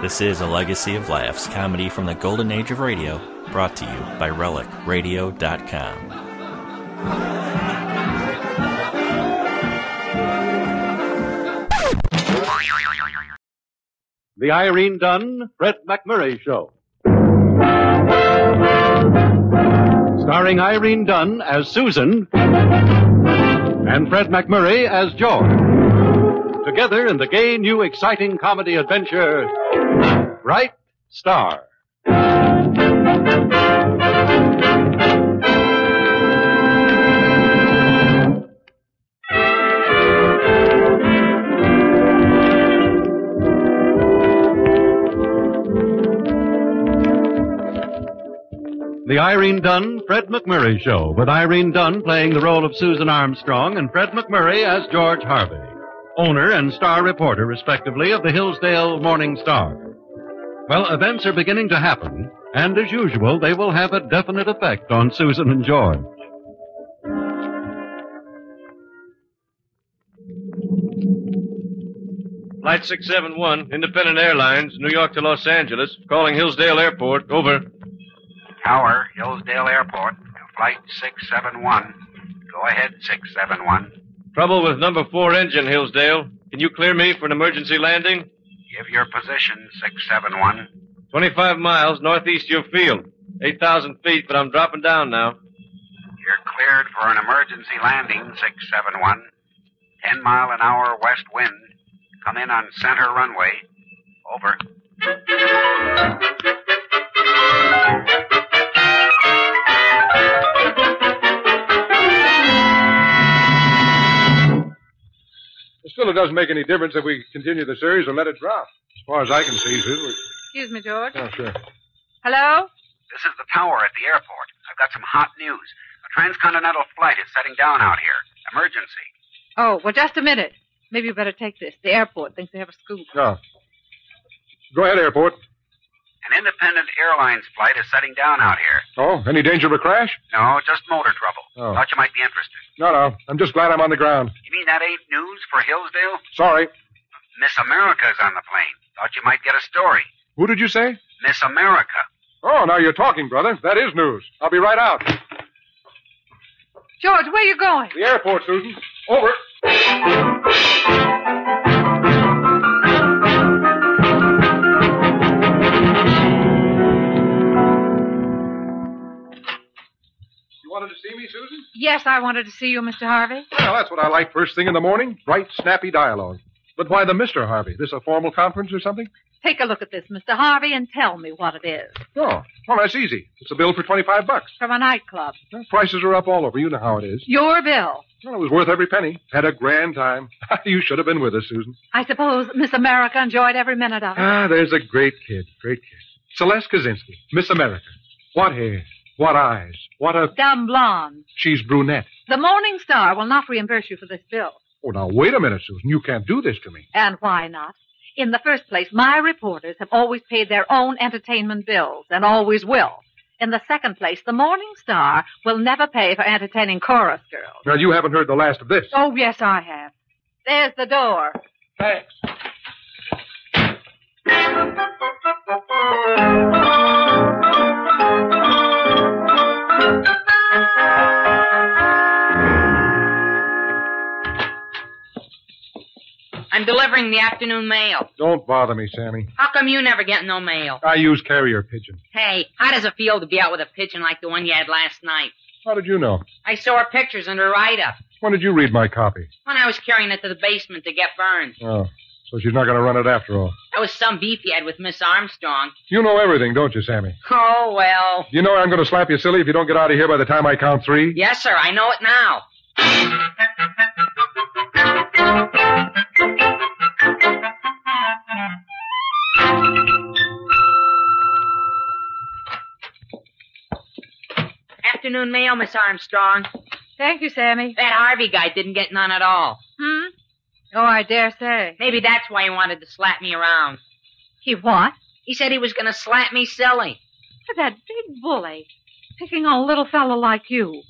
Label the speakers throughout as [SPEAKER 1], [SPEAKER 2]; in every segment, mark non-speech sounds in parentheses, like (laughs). [SPEAKER 1] This is a legacy of laughs comedy from the golden age of radio, brought to you by RelicRadio.com.
[SPEAKER 2] The Irene Dunn, Brett McMurray Show. Starring Irene Dunn as Susan and Fred McMurray as George. Together in the gay, new, exciting comedy adventure, Bright Star. The Irene Dunn, Fred McMurray Show, with Irene Dunn playing the role of Susan Armstrong and Fred McMurray as George Harvey, owner and star reporter, respectively, of the Hillsdale Morning Star. Well, events are beginning to happen, and as usual, they will have a definite effect on Susan and George.
[SPEAKER 3] Flight 671, Independent Airlines, New York to Los Angeles, calling Hillsdale Airport. Over.
[SPEAKER 4] Tower, Hillsdale Airport, flight 671. Go ahead, 671.
[SPEAKER 3] Trouble with number four engine, Hillsdale. Can you clear me for an emergency landing?
[SPEAKER 4] Give your position, 671.
[SPEAKER 3] 25 miles northeast of your field. 8,000 feet, but I'm dropping down now.
[SPEAKER 4] You're cleared for an emergency landing, 671. 10 mile an hour west wind. Come in on center runway. Over.
[SPEAKER 5] It still doesn't make any difference if we continue the series or let it drop. As far as I can see, Sue. we-
[SPEAKER 6] Excuse me, George.
[SPEAKER 5] Oh, sure.
[SPEAKER 6] Hello?
[SPEAKER 4] This is the tower at the airport. I've got some hot news. A transcontinental flight is setting down out here. Emergency.
[SPEAKER 6] Oh, well, just a minute. Maybe you better take this. The airport thinks they have a scoop.
[SPEAKER 5] No. Go ahead, airport.
[SPEAKER 4] An independent airlines flight is setting down out here.
[SPEAKER 5] Oh, any danger of a crash?
[SPEAKER 4] No, just motor trouble.
[SPEAKER 5] Oh.
[SPEAKER 4] Thought you might be interested.
[SPEAKER 5] No, no. I'm just glad I'm on the ground.
[SPEAKER 4] You mean that ain't news for Hillsdale?
[SPEAKER 5] Sorry.
[SPEAKER 4] Miss America's on the plane. Thought you might get a story.
[SPEAKER 5] Who did you say?
[SPEAKER 4] Miss America.
[SPEAKER 5] Oh, now you're talking, brother. That is news. I'll be right out.
[SPEAKER 6] George, where you going?
[SPEAKER 5] The airport, Susan. Over. You wanted to see me, Susan?
[SPEAKER 6] Yes, I wanted to see you, Mr. Harvey.
[SPEAKER 5] Well, that's what I like first thing in the morning. Bright, snappy dialogue. But why the Mr. Harvey? This a formal conference or something?
[SPEAKER 6] Take a look at this, Mr. Harvey, and tell me what it is.
[SPEAKER 5] No. Well, Oh. that's easy. It's a bill for 25 bucks.
[SPEAKER 6] From a nightclub.
[SPEAKER 5] Well, Prices are up all over. You know how it is.
[SPEAKER 6] Your bill.
[SPEAKER 5] Well, it was worth every penny. Had a grand time. (laughs) you should have been with us, Susan.
[SPEAKER 6] I suppose Miss America enjoyed every minute of it.
[SPEAKER 5] Ah, there's a great kid, great kid. Celeste Kaczynski, Miss America. What hair, what eyes, what a...
[SPEAKER 6] Dumb blonde.
[SPEAKER 5] She's brunette.
[SPEAKER 6] The Morning Star will not reimburse you for this bill.
[SPEAKER 5] Oh, now, wait a minute, Susan. You can't do this to me.
[SPEAKER 6] And why not? In the first place, my reporters have always paid their own entertainment bills and always will. In the second place, the Morning Star will never pay for entertaining chorus girls.
[SPEAKER 5] Now, you haven't heard the last of this.
[SPEAKER 6] Oh, yes, I have. There's the door.
[SPEAKER 5] Thanks.
[SPEAKER 7] I'm delivering the afternoon mail.
[SPEAKER 5] Don't bother me, Sammy.
[SPEAKER 7] How come you never get no mail?
[SPEAKER 5] I use carrier pigeon.
[SPEAKER 7] Hey, how does it feel to be out with a pigeon like the one you had last night?
[SPEAKER 5] How did you know?
[SPEAKER 7] I saw her pictures in her write-up
[SPEAKER 5] When did you read my copy?
[SPEAKER 7] when I was carrying it to the basement to get burned.
[SPEAKER 5] Oh, so she's not going to run it after all.
[SPEAKER 7] That was some beef you had with Miss Armstrong.
[SPEAKER 5] You know everything, don't you, Sammy?
[SPEAKER 7] Oh, well.
[SPEAKER 5] You know I'm going to slap you silly if you don't get out of here by the time I count three.
[SPEAKER 7] Yes, sir, I know it now. Afternoon mail, Miss Armstrong.
[SPEAKER 6] Thank you, Sammy.
[SPEAKER 7] That Harvey guy didn't get none at all.
[SPEAKER 6] Hmm? Oh, I dare say.
[SPEAKER 7] Maybe that's why he wanted to slap me around.
[SPEAKER 6] He what?
[SPEAKER 7] He said he was going to slap me silly.
[SPEAKER 6] For that big bully. Picking on a little fellow like you.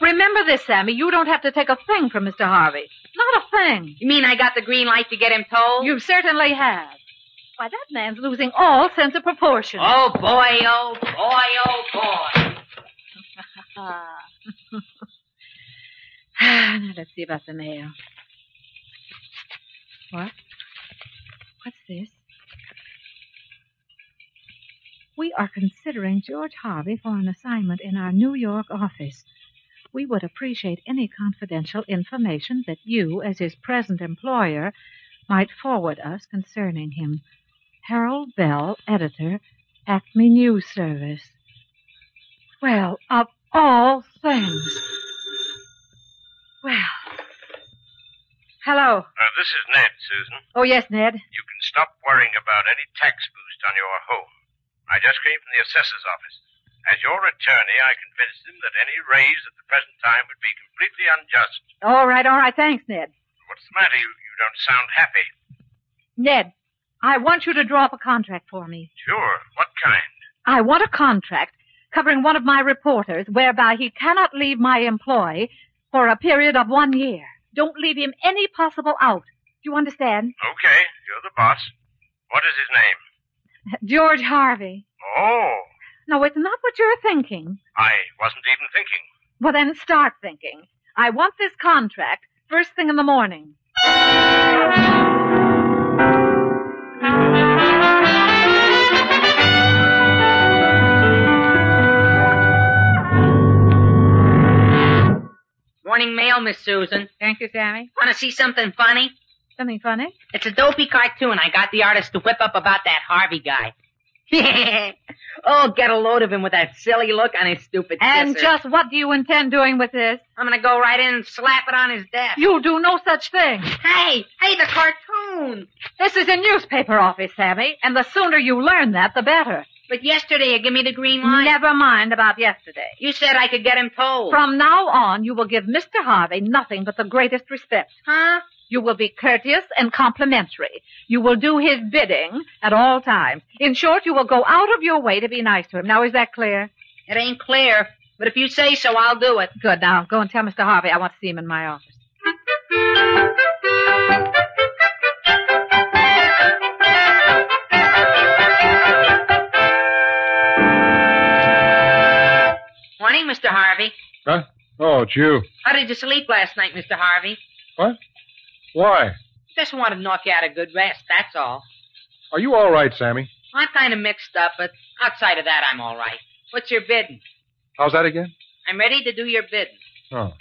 [SPEAKER 6] Remember this, Sammy. You don't have to take a thing from Mr. Harvey. Not a thing.
[SPEAKER 7] You mean I got the green light to get him told?
[SPEAKER 6] You certainly have. Why, that man's losing all sense of proportion.
[SPEAKER 7] Oh, boy, oh, boy, oh, boy.
[SPEAKER 6] Ah. (laughs) now, let's see about the mail. What? What's this? We are considering George Harvey for an assignment in our New York office. We would appreciate any confidential information that you, as his present employer, might forward us concerning him. Harold Bell, editor, Acme News Service. Well, of all things. Well. Hello.
[SPEAKER 8] Uh, this is Ned, Susan.
[SPEAKER 6] Oh, yes, Ned.
[SPEAKER 8] You can stop worrying about any tax boost on your home. I just came from the assessor's office. As your attorney, I convinced him that any raise at the present time would be completely unjust.
[SPEAKER 6] All right, all right. Thanks, Ned.
[SPEAKER 8] What's the matter? You, you don't sound happy.
[SPEAKER 6] Ned, I want you to draw up a contract for me.
[SPEAKER 8] Sure. What kind?
[SPEAKER 6] I want a contract covering one of my reporters whereby he cannot leave my employ for a period of one year. Don't leave him any possible out. Do you understand?
[SPEAKER 8] Okay, you're the boss. What is his name?
[SPEAKER 6] George Harvey.
[SPEAKER 8] Oh,
[SPEAKER 6] No, it's not what you're thinking.
[SPEAKER 8] I wasn't even thinking.
[SPEAKER 6] Well, then start thinking. I want this contract first thing in the morning.
[SPEAKER 7] Morning mail, Miss Susan.
[SPEAKER 6] Thank you, Sammy.
[SPEAKER 7] Want to see something funny?
[SPEAKER 6] Something funny?
[SPEAKER 7] It's a dopey cartoon I got the artist to whip up about that Harvey guy. (laughs) oh, get a load of him with that silly look on his stupid
[SPEAKER 6] And
[SPEAKER 7] kisser.
[SPEAKER 6] just what do you intend doing with this?
[SPEAKER 7] I'm gonna go right in and slap it on his desk.
[SPEAKER 6] You do no such thing.
[SPEAKER 7] Hey, hey, the cartoon!
[SPEAKER 6] This is a newspaper office, Sammy, and the sooner you learn that, the better.
[SPEAKER 7] But yesterday you give me the green light.
[SPEAKER 6] Never mind about yesterday.
[SPEAKER 7] You said I could get him told.
[SPEAKER 6] From now on, you will give Mr. Harvey nothing but the greatest respect.
[SPEAKER 7] huh?
[SPEAKER 6] You will be courteous and complimentary. You will do his bidding at all times. In short, you will go out of your way to be nice to him. Now, is that clear?
[SPEAKER 7] It ain't clear, but if you say so, I'll do it.
[SPEAKER 6] Good. Now, go and tell Mr. Harvey I want to see him in my office.
[SPEAKER 7] Morning, Mr. Harvey.
[SPEAKER 5] Huh? Oh, it's you.
[SPEAKER 7] How did you sleep last night, Mr. Harvey?
[SPEAKER 5] What? Why?
[SPEAKER 7] Just wanted to knock you out a good rest, that's all.
[SPEAKER 5] Are you all right, Sammy?
[SPEAKER 7] I'm kind of mixed up, but outside of that, I'm all right. What's your bidding?
[SPEAKER 5] How's that again?
[SPEAKER 7] I'm ready to do your bidding.
[SPEAKER 5] Oh.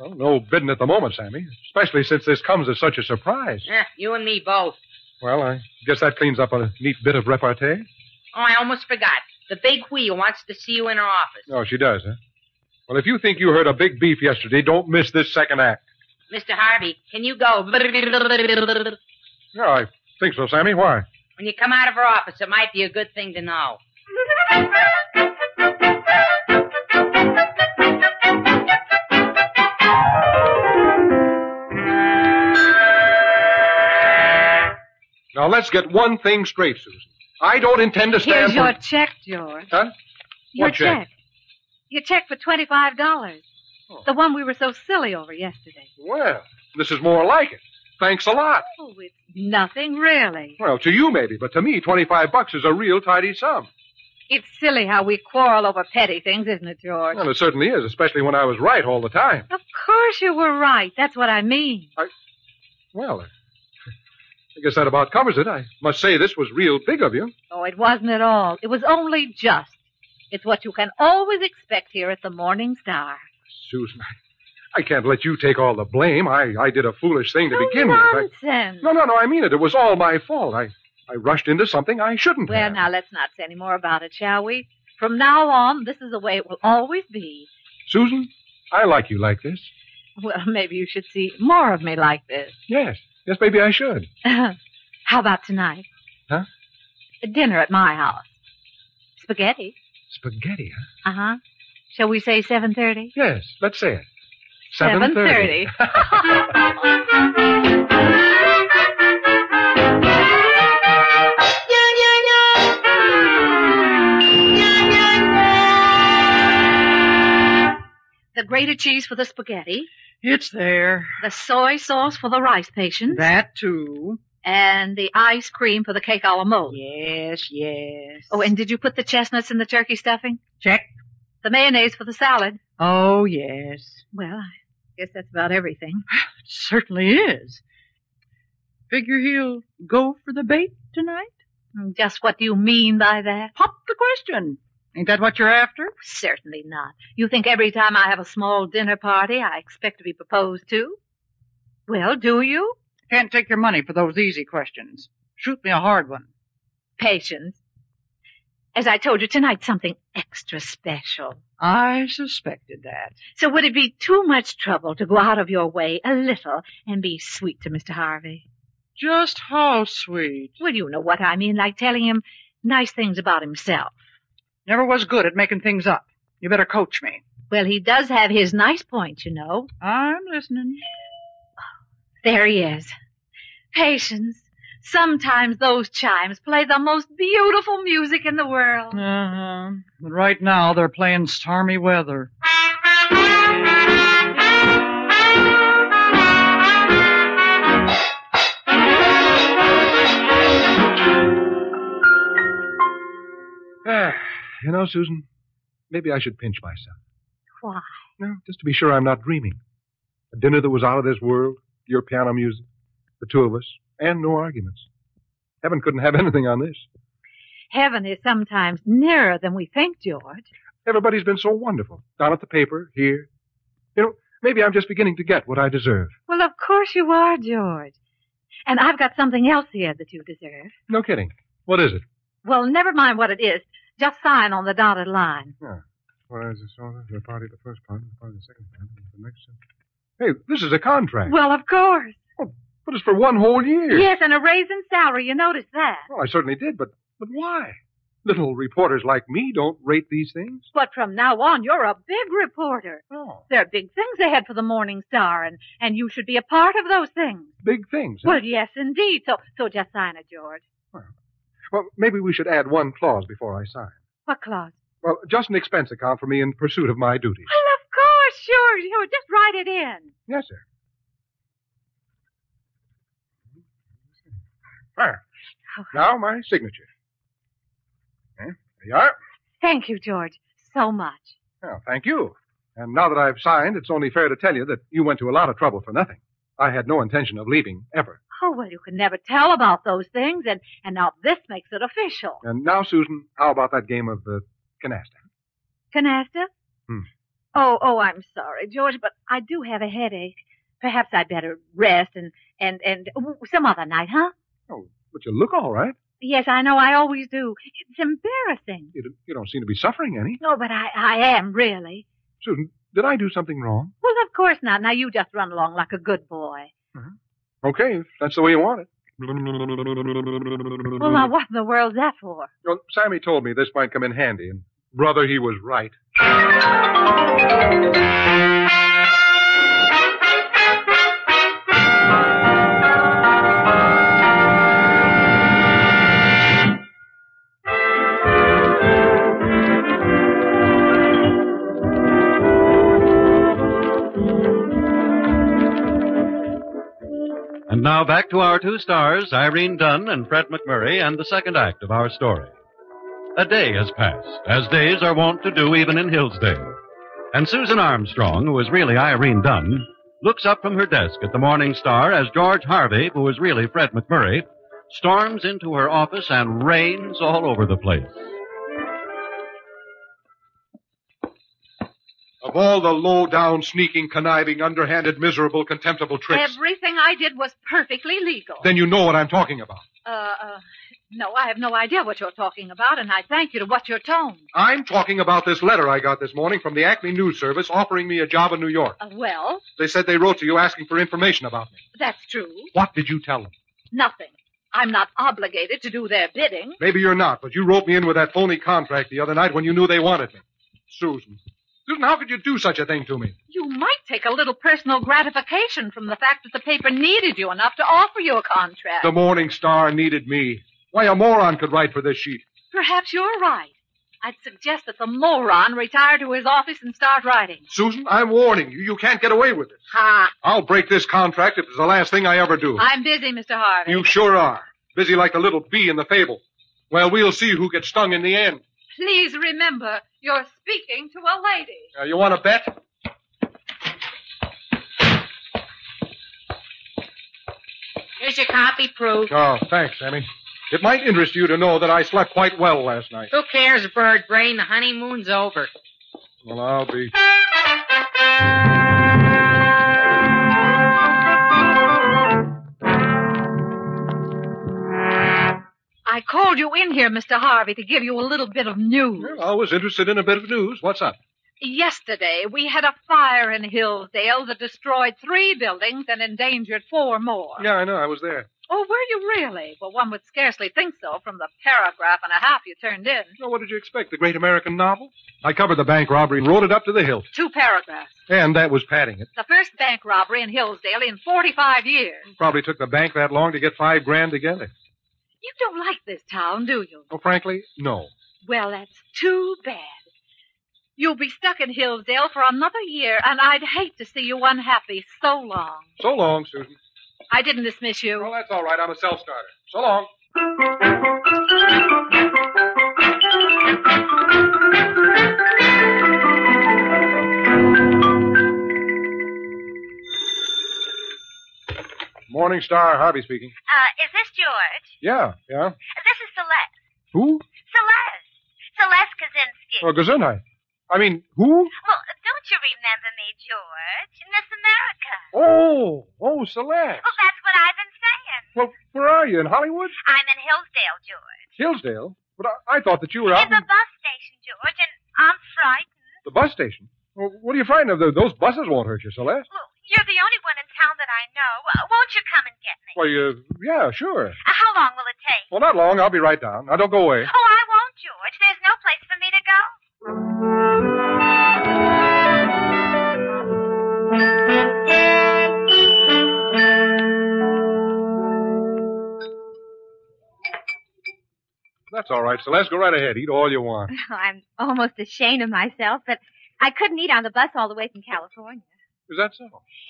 [SPEAKER 5] Well, no bidding at the moment, Sammy. Especially since this comes as such a surprise.
[SPEAKER 7] Eh, you and me both.
[SPEAKER 5] Well, I guess that cleans up a neat bit of repartee.
[SPEAKER 7] Oh, I almost forgot. The big wheel wants to see you in her office.
[SPEAKER 5] Oh, she does, huh? Well, if you think you heard a big beef yesterday, don't miss this second act.
[SPEAKER 7] Mr. Harvey, can you go? When
[SPEAKER 5] Yeah, I think so, Sammy. Why?
[SPEAKER 7] you come out of her office, it might be a good thing to know.
[SPEAKER 5] Now, let's get one thing straight, Susan. I don't intend to stand
[SPEAKER 6] Here's
[SPEAKER 5] for...
[SPEAKER 6] your check, George.
[SPEAKER 5] Huh?
[SPEAKER 6] Your
[SPEAKER 5] What check?
[SPEAKER 6] Your check for $25.
[SPEAKER 5] Oh.
[SPEAKER 6] The one we were so silly over yesterday.
[SPEAKER 5] Well, this is more like it. Thanks a lot.
[SPEAKER 6] Oh, it's nothing, really.
[SPEAKER 5] Well, to you maybe, but to me, 25 bucks is a real tidy sum.
[SPEAKER 6] It's silly how we quarrel over petty things, isn't it, George?
[SPEAKER 5] Well, it certainly is, especially when I was right all the time.
[SPEAKER 6] Of course you were right. That's what I mean.
[SPEAKER 5] Well, I guess that about covers it. I must say this was real big of you.
[SPEAKER 6] Oh, it wasn't at all. It was only just. It's what you can always expect here at the Morning Star.
[SPEAKER 5] Susan, I, I can't let you take all the blame. I, I did a foolish thing to
[SPEAKER 6] Oh,
[SPEAKER 5] begin with.
[SPEAKER 6] nonsense.
[SPEAKER 5] I, no, no, no, I mean it. It was all my fault. I, I rushed into something I shouldn't
[SPEAKER 6] Well,
[SPEAKER 5] have.
[SPEAKER 6] now let's not say any more about it, shall we? From now on, this is the way it will always be.
[SPEAKER 5] Susan, I like you like this.
[SPEAKER 6] Well, (laughs) maybe you should see more of me like this.
[SPEAKER 5] Yes. Yes, maybe I should.
[SPEAKER 6] (laughs) How about tonight?
[SPEAKER 5] Huh?
[SPEAKER 6] A dinner at my house. Spaghetti.
[SPEAKER 5] Spaghetti, huh?
[SPEAKER 6] Uh huh. Shall we say seven thirty?
[SPEAKER 5] Yes, let's say it.
[SPEAKER 6] 7:30.
[SPEAKER 5] 7:30.
[SPEAKER 6] (laughs) The grated cheese for the spaghetti.
[SPEAKER 9] It's there.
[SPEAKER 6] The soy sauce for the rice patient.
[SPEAKER 9] That, too.
[SPEAKER 6] And the ice cream for the cake a la mode.
[SPEAKER 7] Yes, yes.
[SPEAKER 6] Oh, and did you put the chestnuts in the turkey stuffing?
[SPEAKER 7] check.
[SPEAKER 6] The mayonnaise for the salad?
[SPEAKER 7] Oh, yes.
[SPEAKER 6] Well, I guess that's about everything.
[SPEAKER 7] Certainly is. Figure he'll go for the bait tonight?
[SPEAKER 6] Mm, Just what do you mean by that?
[SPEAKER 7] Pop the question. Ain't that what you're after?
[SPEAKER 6] Certainly not. You think every time I have a small dinner party, I expect to be proposed to? Well, do you?
[SPEAKER 7] Can't take your money for those easy questions. Shoot me a hard one.
[SPEAKER 6] Patience. As I told you, tonight's something extra special.
[SPEAKER 7] I suspected that.
[SPEAKER 6] So would it be too much trouble to go out of your way a little and be sweet to Mr. Harvey?
[SPEAKER 7] Just how sweet.
[SPEAKER 6] Well, you know what I mean, like telling him nice things about himself.
[SPEAKER 7] Never was good at making things up. You better coach me.
[SPEAKER 6] Well, he does have his nice points, you know.
[SPEAKER 7] I'm listening.
[SPEAKER 6] There he is. Patience. Sometimes those chimes play the most beautiful music in the world.
[SPEAKER 7] Uh-huh. But right now they're playing stormy weather.
[SPEAKER 5] Ah, you know, Susan, maybe I should pinch myself.
[SPEAKER 6] Why?
[SPEAKER 5] No, just to be sure I'm not dreaming. A dinner that was out of this world, your piano music, the two of us, and no arguments. Heaven couldn't have (laughs) anything on this.
[SPEAKER 6] Heaven is sometimes nearer than we think, George.
[SPEAKER 5] Everybody's been so wonderful. Down at the paper, here. You know, maybe I'm just beginning to get what I deserve.
[SPEAKER 6] Well, of course you are, George. And I've got something else here that you deserve.
[SPEAKER 5] No kidding. What is it?
[SPEAKER 6] Well, never mind what it is. Just sign on the dotted line.
[SPEAKER 5] Yeah. Whereas the sort the party the first part, the party the second part, the next. uh, Hey, this is a contract.
[SPEAKER 6] Well, of course.
[SPEAKER 5] but it's for one whole year.
[SPEAKER 6] Yes, and a raise in salary. You noticed that.
[SPEAKER 5] Well, I certainly did, but but why? Little reporters like me don't rate these things.
[SPEAKER 6] But from now on, you're a big reporter.
[SPEAKER 5] Oh.
[SPEAKER 6] There are big things ahead for the Morning Star, and, and you should be a part of those things.
[SPEAKER 5] Big things. huh?
[SPEAKER 6] Well, yes, indeed. So, so just sign it, George.
[SPEAKER 5] Well, maybe we should add one clause before I sign.
[SPEAKER 6] What clause?
[SPEAKER 5] Well, just an expense account for me in pursuit of my duties.
[SPEAKER 6] Well, of course, sure, sure. Just write it in.
[SPEAKER 5] Yes, sir. There. Now my signature. Eh, There you are.
[SPEAKER 6] Thank you, George, so much.
[SPEAKER 5] Well, thank you. And now that I've signed, it's only fair to tell you that you went to a lot of trouble for nothing. I had no intention of leaving, ever.
[SPEAKER 6] Oh, well, you can never tell about those things, and, and now this makes it official.
[SPEAKER 5] And now, Susan, how about that game of the canasta?
[SPEAKER 6] Canasta?
[SPEAKER 5] Hmm.
[SPEAKER 6] Oh, oh, I'm sorry, George, but I do have a headache. Perhaps I'd better rest and, and, and oh, some other night, huh?
[SPEAKER 5] Oh, but you look all right.
[SPEAKER 6] Yes, I know I always do. It's embarrassing.
[SPEAKER 5] You don't, you don't seem to be suffering any.
[SPEAKER 6] No, but I, I am, really.
[SPEAKER 5] Susan, did I do something wrong?
[SPEAKER 6] Well, of course not. Now you just run along like a good boy.
[SPEAKER 5] Okay, if that's the way you want it.
[SPEAKER 6] Well, now what in the world's that for?
[SPEAKER 5] Well, Sammy told me this might come in handy, and brother, he was right.
[SPEAKER 2] And now back to our two stars, Irene Dunn and Fred McMurray, and the second act of our story. A day has passed, as days are wont to do even in Hillsdale. And Susan Armstrong, who is really Irene Dunn, looks up from her desk at the Morning Star as George Harvey, who is really Fred McMurray, storms into her office and rains all over the place.
[SPEAKER 5] Of all the low-down, sneaking, conniving, underhanded, miserable, contemptible tricks,
[SPEAKER 6] Everything I did was perfectly legal.
[SPEAKER 5] then you know what I'm talking about.
[SPEAKER 6] Uh, uh, no, I have no idea what you're talking about, and I thank you to watch your tone.
[SPEAKER 5] I'm talking about this letter I got this morning from the Acme News Service offering me a job in New York.
[SPEAKER 6] Uh, well,
[SPEAKER 5] They said they wrote to you asking for information about me.
[SPEAKER 6] that's true.
[SPEAKER 5] What did you tell them?
[SPEAKER 6] Nothing. I'm not obligated to do their bidding.
[SPEAKER 5] Maybe you're not, but you roped me in with that phony contract the other night when you knew they wanted me. Susan. Susan, how could you do such a thing to me?
[SPEAKER 6] You might take a little personal gratification from the fact that the paper needed you enough to offer you a contract.
[SPEAKER 5] The Morning Star needed me. Why, a moron could write for this sheet.
[SPEAKER 6] Perhaps you're right. I'd suggest that the moron retire to his office and start writing.
[SPEAKER 5] Susan, I'm warning you. You can't get away with it.
[SPEAKER 6] Ha!
[SPEAKER 5] I'll break this contract if it's the last thing I ever do.
[SPEAKER 6] I'm busy, Mr. Harvey.
[SPEAKER 5] You sure are. Busy like the little bee in the fable. Well, we'll see who gets stung in the end.
[SPEAKER 6] Please remember, you're speaking to a lady.
[SPEAKER 5] Uh, you want to bet?
[SPEAKER 7] Here's your copy proof.
[SPEAKER 5] Oh, thanks, Sammy. It might interest you to know that I slept quite well last night.
[SPEAKER 7] Who cares, bird brain? The honeymoon's over.
[SPEAKER 5] Well, I'll be.
[SPEAKER 6] I called you in here, Mr. Harvey, to give you a little bit of news.
[SPEAKER 5] Well, always interested in a bit of news. What's up?
[SPEAKER 6] Yesterday, we had a fire in Hillsdale that destroyed three buildings and endangered four more.
[SPEAKER 5] Yeah, I know. I was there.
[SPEAKER 6] Oh, were you really? Well, one would scarcely think so from the paragraph and a half you turned in.
[SPEAKER 5] Well, what did you expect? The great American novel? I covered the bank robbery and wrote it up to the hilt.
[SPEAKER 6] Two paragraphs.
[SPEAKER 5] And that was padding it.
[SPEAKER 6] The first bank robbery in Hillsdale in 45 years.
[SPEAKER 5] Probably took the bank that long to get five grand together.
[SPEAKER 6] You don't like this town, do you?
[SPEAKER 5] Well, frankly, no.
[SPEAKER 6] Well, that's too bad. You'll be stuck in Hillsdale for another year, and I'd hate to see you unhappy so long.
[SPEAKER 5] So long, Susan.
[SPEAKER 6] I didn't dismiss you.
[SPEAKER 5] Well, that's all right. I'm a self starter. So long. Morning Star, Harvey speaking.
[SPEAKER 9] Uh, is this George?
[SPEAKER 5] Yeah, yeah.
[SPEAKER 9] This is Celeste.
[SPEAKER 5] Who?
[SPEAKER 9] Celeste. Celeste Kaczynski.
[SPEAKER 5] Oh, Gesundheit. I mean, who?
[SPEAKER 9] Well, don't you remember me, George? Miss America.
[SPEAKER 5] Oh, oh, Celeste.
[SPEAKER 7] Uh-uh.
[SPEAKER 9] Well, that's what I've been saying.
[SPEAKER 5] Well, where are you? In Hollywood?
[SPEAKER 9] I'm in Hillsdale, George.
[SPEAKER 5] Hillsdale? But I, I thought that you were out
[SPEAKER 9] In
[SPEAKER 5] in
[SPEAKER 9] the bus (laughs) station, George, and I'm frightened.
[SPEAKER 5] the bus station. Well, what are you frightened of? Tho- Those buses won't hurt you, Celeste.
[SPEAKER 9] Well, you're the only one in town that I know. Uh, Won't you come and get me?
[SPEAKER 5] Well, you, yeah, sure.
[SPEAKER 9] Uh, How long will it take?
[SPEAKER 5] Well, not long. I'll be right down. Now, don't go away.
[SPEAKER 9] Oh, I won't, George. There's no place for me to go.
[SPEAKER 5] That's all right, Celeste. Go right ahead. Eat all you want.
[SPEAKER 9] I'm almost ashamed of myself, but I couldn't eat on the bus all the way from California.
[SPEAKER 5] Is that so?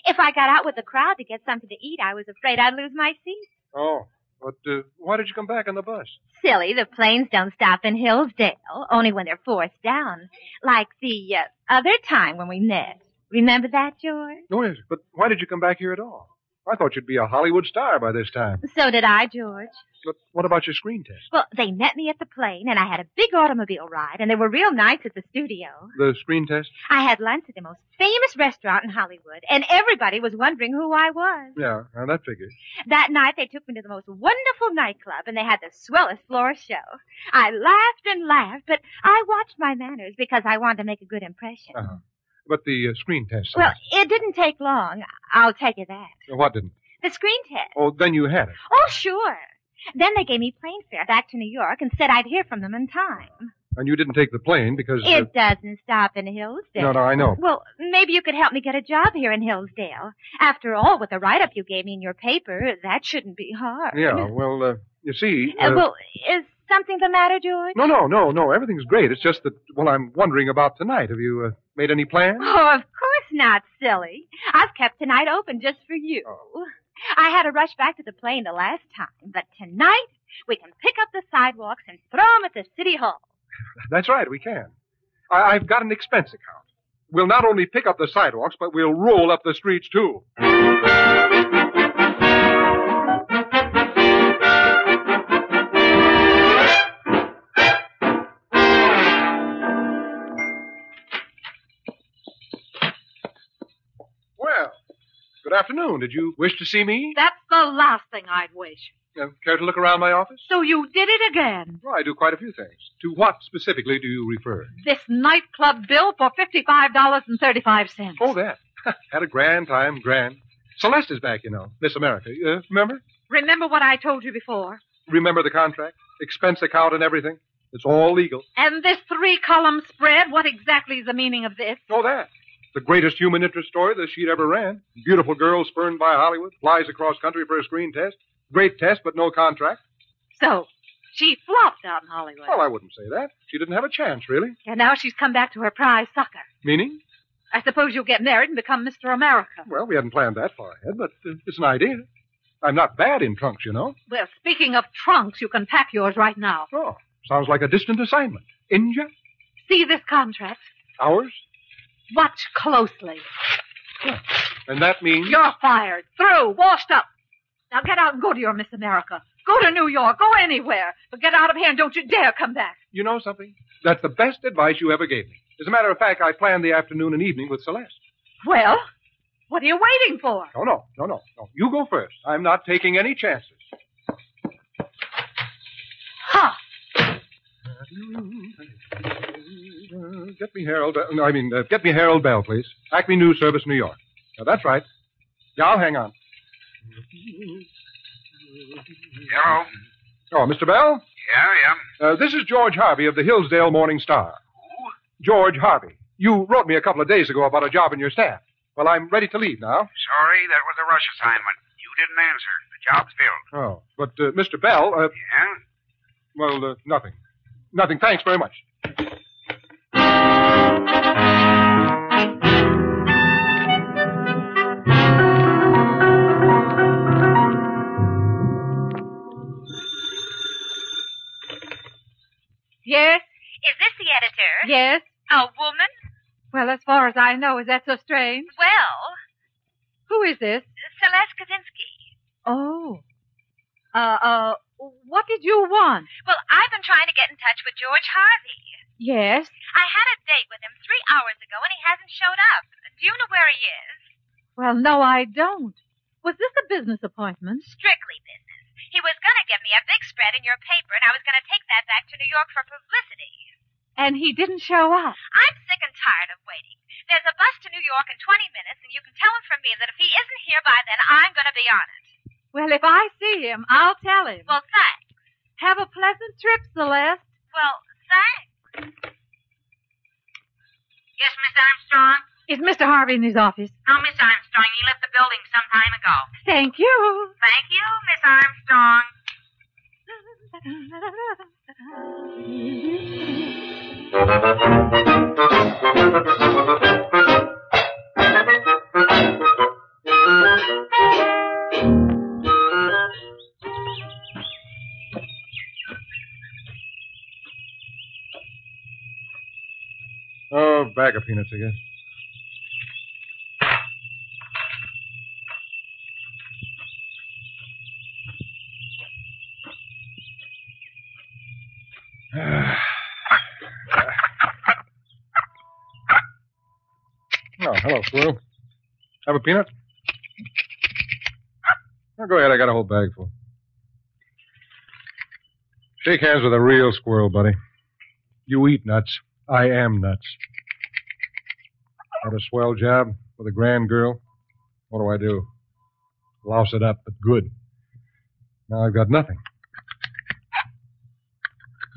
[SPEAKER 9] If I got out with the crowd to get something to eat, I was afraid I'd lose my seat.
[SPEAKER 5] Oh, but uh, why did you come back on the bus?
[SPEAKER 9] Silly, the planes don't stop in Hillsdale, only when they're forced down. Like the uh, other time when we met. Remember that, George?
[SPEAKER 5] No, yes, but why did you come back here at all? I thought you'd be a Hollywood star by this time.
[SPEAKER 9] So did I, George.
[SPEAKER 5] But what about your screen test?
[SPEAKER 9] Well, they met me at the plane, and I had a big automobile ride, and they were real nice at the studio.
[SPEAKER 5] The screen test?
[SPEAKER 9] I had lunch at the most famous restaurant in Hollywood, and everybody was wondering who I was.
[SPEAKER 5] Yeah, now that figures.
[SPEAKER 9] That night they took me to the most wonderful nightclub and they had the swellest floor show. I laughed and laughed, but I watched my manners because I wanted to make a good impression.
[SPEAKER 5] Uh-huh. But the uh, screen test.
[SPEAKER 9] Well, it didn't take long. I'll tell you that.
[SPEAKER 5] Celeste. What didn't?
[SPEAKER 9] The screen test.
[SPEAKER 5] Oh, then you had it.
[SPEAKER 9] Oh, sure. Then they gave me plane fare back to New York and said I'd hear from them in time.
[SPEAKER 5] And you didn't take the plane because. uh,
[SPEAKER 9] It doesn't stop in Hillsdale.
[SPEAKER 5] no, no, I know.
[SPEAKER 9] Well, maybe you could help me get a job here in Hillsdale. After all, with the write-up you gave me in your paper, that shouldn't be hard.
[SPEAKER 5] Yeah, well, uh, you see.
[SPEAKER 9] Uh, well, is something the matter, George?
[SPEAKER 5] No, no, no, no. Everything's great. It's just that, well, I'm wondering about tonight. Have you uh, made any plans?
[SPEAKER 9] Oh, of course not, silly. I've kept tonight open just for you. I had to rush back to the plane the last time, but tonight we can pick up the sidewalks and throw 'em at the city hall.
[SPEAKER 5] That's right, we can. I- I've got an expense account. We'll not only pick up the sidewalks, but we'll roll up the streets, too. Well, good afternoon. Did you wish to see me?
[SPEAKER 6] That's the last thing I'd wish.
[SPEAKER 5] Uh, care to look around my office?
[SPEAKER 6] So you did it again.
[SPEAKER 5] Well, I do quite a few things. To what specifically do you refer?
[SPEAKER 6] This nightclub bill for $55.35.
[SPEAKER 5] Oh, that. Had a grand time, grand. Celeste is back, you know. Miss America. Uh, remember?
[SPEAKER 6] Remember what I told you before?
[SPEAKER 5] Remember the contract? Expense account and everything? It's all legal.
[SPEAKER 6] And this three column spread, what exactly is the meaning of this?
[SPEAKER 5] Oh, that. The greatest human interest story the sheet ever ran. Beautiful girl spurned by Hollywood, flies across country for a screen test. Great test, but no contract.
[SPEAKER 6] So, She flopped out in Hollywood.
[SPEAKER 5] Well, I wouldn't say that. She didn't have a chance, really.
[SPEAKER 6] And now she's come back to her prize sucker.
[SPEAKER 5] Meaning?
[SPEAKER 6] I suppose you'll get married and become Mr. America.
[SPEAKER 5] Well, we hadn't planned that far ahead, but uh, it's an idea. I'm not bad in trunks, you know.
[SPEAKER 6] Well, speaking of trunks, you can pack yours right now.
[SPEAKER 5] Oh. Sounds like a distant assignment. India?
[SPEAKER 6] See this contract.
[SPEAKER 5] Ours?
[SPEAKER 6] Watch closely.
[SPEAKER 5] And that means.
[SPEAKER 6] You're fired, through, washed up. Now get out and go to your Miss America. Go to New York. Go anywhere. But get out of here and don't you dare come back.
[SPEAKER 5] You know something? That's the best advice you ever gave me. As a matter of fact, I planned the afternoon and evening with Celeste.
[SPEAKER 6] Well, what are you waiting for?
[SPEAKER 5] No, no, no, no, no. You go first. I'm not taking any chances.
[SPEAKER 6] Huh.
[SPEAKER 5] Get me Harold. Uh, no, I mean, uh, get me Harold Bell, please. Acme News Service, New York. Now, that's right. Yeah, I'll hang on.
[SPEAKER 4] Hello?
[SPEAKER 5] Oh, Mr. Bell?
[SPEAKER 4] Yeah, yeah.
[SPEAKER 5] Uh, this is George Harvey of the Hillsdale Morning Star. George Harvey. You wrote me a couple of days ago about a job in your staff. Well, I'm ready to leave now.
[SPEAKER 4] Sorry, that was a rush assignment. You didn't answer. The job's filled.
[SPEAKER 5] Oh. But, uh, Mr. Bell, uh,
[SPEAKER 4] Yeah?
[SPEAKER 5] well, uh, nothing. Nothing. Thanks very much.
[SPEAKER 6] Yes,
[SPEAKER 7] Is this the editor?
[SPEAKER 6] yes.
[SPEAKER 7] A woman?
[SPEAKER 6] Well, as far as I know, is that so strange?
[SPEAKER 7] Well,
[SPEAKER 6] Who is this?
[SPEAKER 7] Celeste Kaczynski.
[SPEAKER 6] Oh. Uh, uh, what did you want?
[SPEAKER 7] Well, I've been trying to get in touch with George Harvey.
[SPEAKER 6] Yes.
[SPEAKER 7] I had a date with him three hours ago, and he hasn't showed up. Do you know where he is?
[SPEAKER 6] Well, no, I don't. Was this a business appointment?
[SPEAKER 7] Strictly business. He was going to give me a big spread in your paper, and I was going to take that back to New York for publicity.
[SPEAKER 6] And he didn't show up.
[SPEAKER 7] I'm sick and tired of waiting. There's a bus to New York in 20 minutes, and you can tell him from me that if he isn't here by then, I'm going to be on it.
[SPEAKER 6] Well, if I see him, I'll tell him.
[SPEAKER 7] Well, thanks.
[SPEAKER 6] Have a pleasant trip, Celeste.
[SPEAKER 7] Well, thanks. Yes, Miss Armstrong?
[SPEAKER 6] Is Mr. Harvey in his office?
[SPEAKER 7] No, Miss Armstrong. He left the building some time ago.
[SPEAKER 6] Thank you.
[SPEAKER 7] Thank you, Miss Armstrong.
[SPEAKER 5] Oh, bag of peanuts, I guess. (sighs) oh, hello, Squirrel. Have a peanut? Oh, go ahead. I got a whole bag full. Shake hands with a real squirrel, buddy. You eat nuts. I am nuts. Had a swell job with a grand girl. What do I do? Louse it up, but good. Now I've got nothing.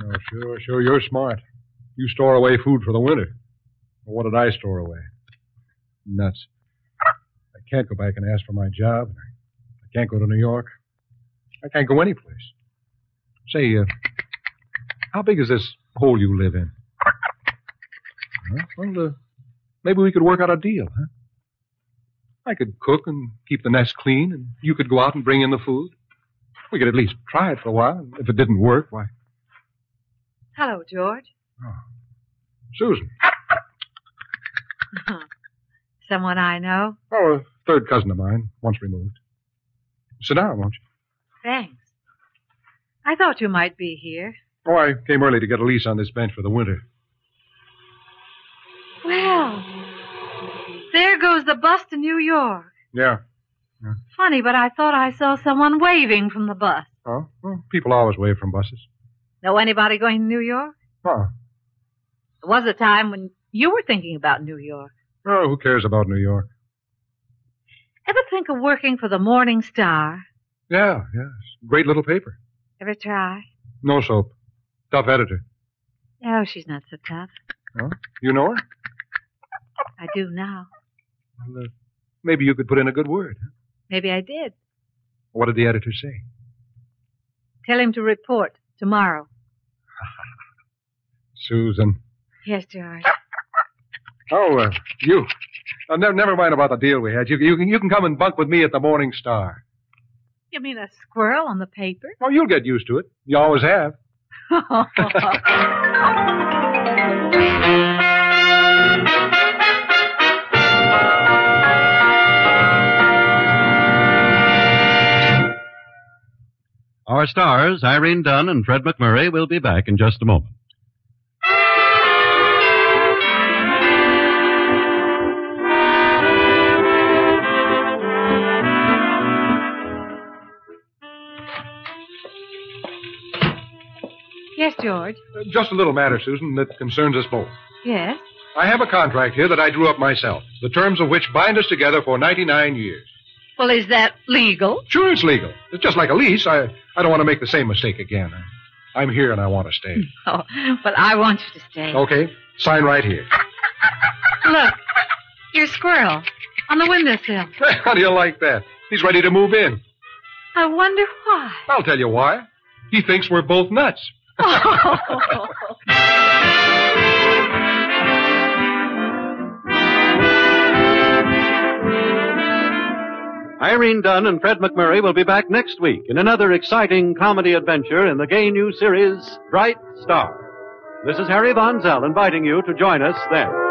[SPEAKER 5] Oh, sure, sure, you're smart. You store away food for the winter. Well, what did I store away? Nuts. I can't go back and ask for my job. I can't go to New York. I can't go anyplace. Say, uh, how big is this hole you live in? Huh? Well, uh, maybe we could work out a deal, huh? I could cook and keep the nest clean, and you could go out and bring in the food. We could at least try it for a while. and If it didn't work, why,
[SPEAKER 6] Hello, George.
[SPEAKER 5] Susan.
[SPEAKER 6] Someone I know?
[SPEAKER 5] Oh, a third cousin of mine, once removed. Sit down, won't you?
[SPEAKER 6] Thanks. I thought you might be here.
[SPEAKER 5] Oh, I came early to get a lease on this bench for the winter.
[SPEAKER 6] Well, there goes the bus to New York.
[SPEAKER 5] Yeah.
[SPEAKER 6] Funny, but I thought I saw someone waving from the bus.
[SPEAKER 5] Oh, well, people always wave from buses.
[SPEAKER 6] Know anybody going to New York?
[SPEAKER 5] Huh.
[SPEAKER 6] There was a time when you were thinking about New York.
[SPEAKER 5] Oh, who cares about New York?
[SPEAKER 6] Ever think of working for the Morning Star?
[SPEAKER 5] Yeah, yes. Great little paper.
[SPEAKER 6] Ever try?
[SPEAKER 5] No soap. Tough editor.
[SPEAKER 6] Oh, she's not so tough.
[SPEAKER 5] Huh? You know her?
[SPEAKER 6] I do now.
[SPEAKER 5] Well, uh, maybe you could put in a good word. huh?
[SPEAKER 6] Maybe I did.
[SPEAKER 5] What did the editor say?
[SPEAKER 6] Tell him to report Tomorrow.
[SPEAKER 5] Susan.
[SPEAKER 6] Yes, George.
[SPEAKER 5] Oh, uh, you. Uh, ne- never mind about the deal we had. You, you, can- you can come and bunk with me at the Morning Star.
[SPEAKER 6] You mean a squirrel on the paper? (laughs)
[SPEAKER 5] Oh, you'll get used to it. You always have.
[SPEAKER 2] Our stars, Irene Dunn and Fred McMurray, will be back in just a moment.
[SPEAKER 6] Yes, George.
[SPEAKER 5] Uh, Just a little matter, Susan, that concerns us both.
[SPEAKER 6] Yes.
[SPEAKER 5] I have a contract here that I drew up myself, the terms of which bind us together for 99 years.
[SPEAKER 6] Well, is that legal? (laughs)
[SPEAKER 5] Sure, it's legal. It's just like a lease. I, I don't want to make the same mistake again. I, I'm here and I want to stay.
[SPEAKER 6] Oh, well, I want you to stay.
[SPEAKER 5] Okay? Sign right here. (laughs)
[SPEAKER 6] Look, your squirrel on the windowsill.
[SPEAKER 5] How do you like that? He's ready to move in.
[SPEAKER 6] I wonder why.
[SPEAKER 5] I'll tell you why. He thinks we're both nuts.
[SPEAKER 2] Irene Dunn and Fred McMurray will be back next week in another exciting comedy adventure in the gay new series, Bright Star. This is Harry Von Zell inviting you to join us then.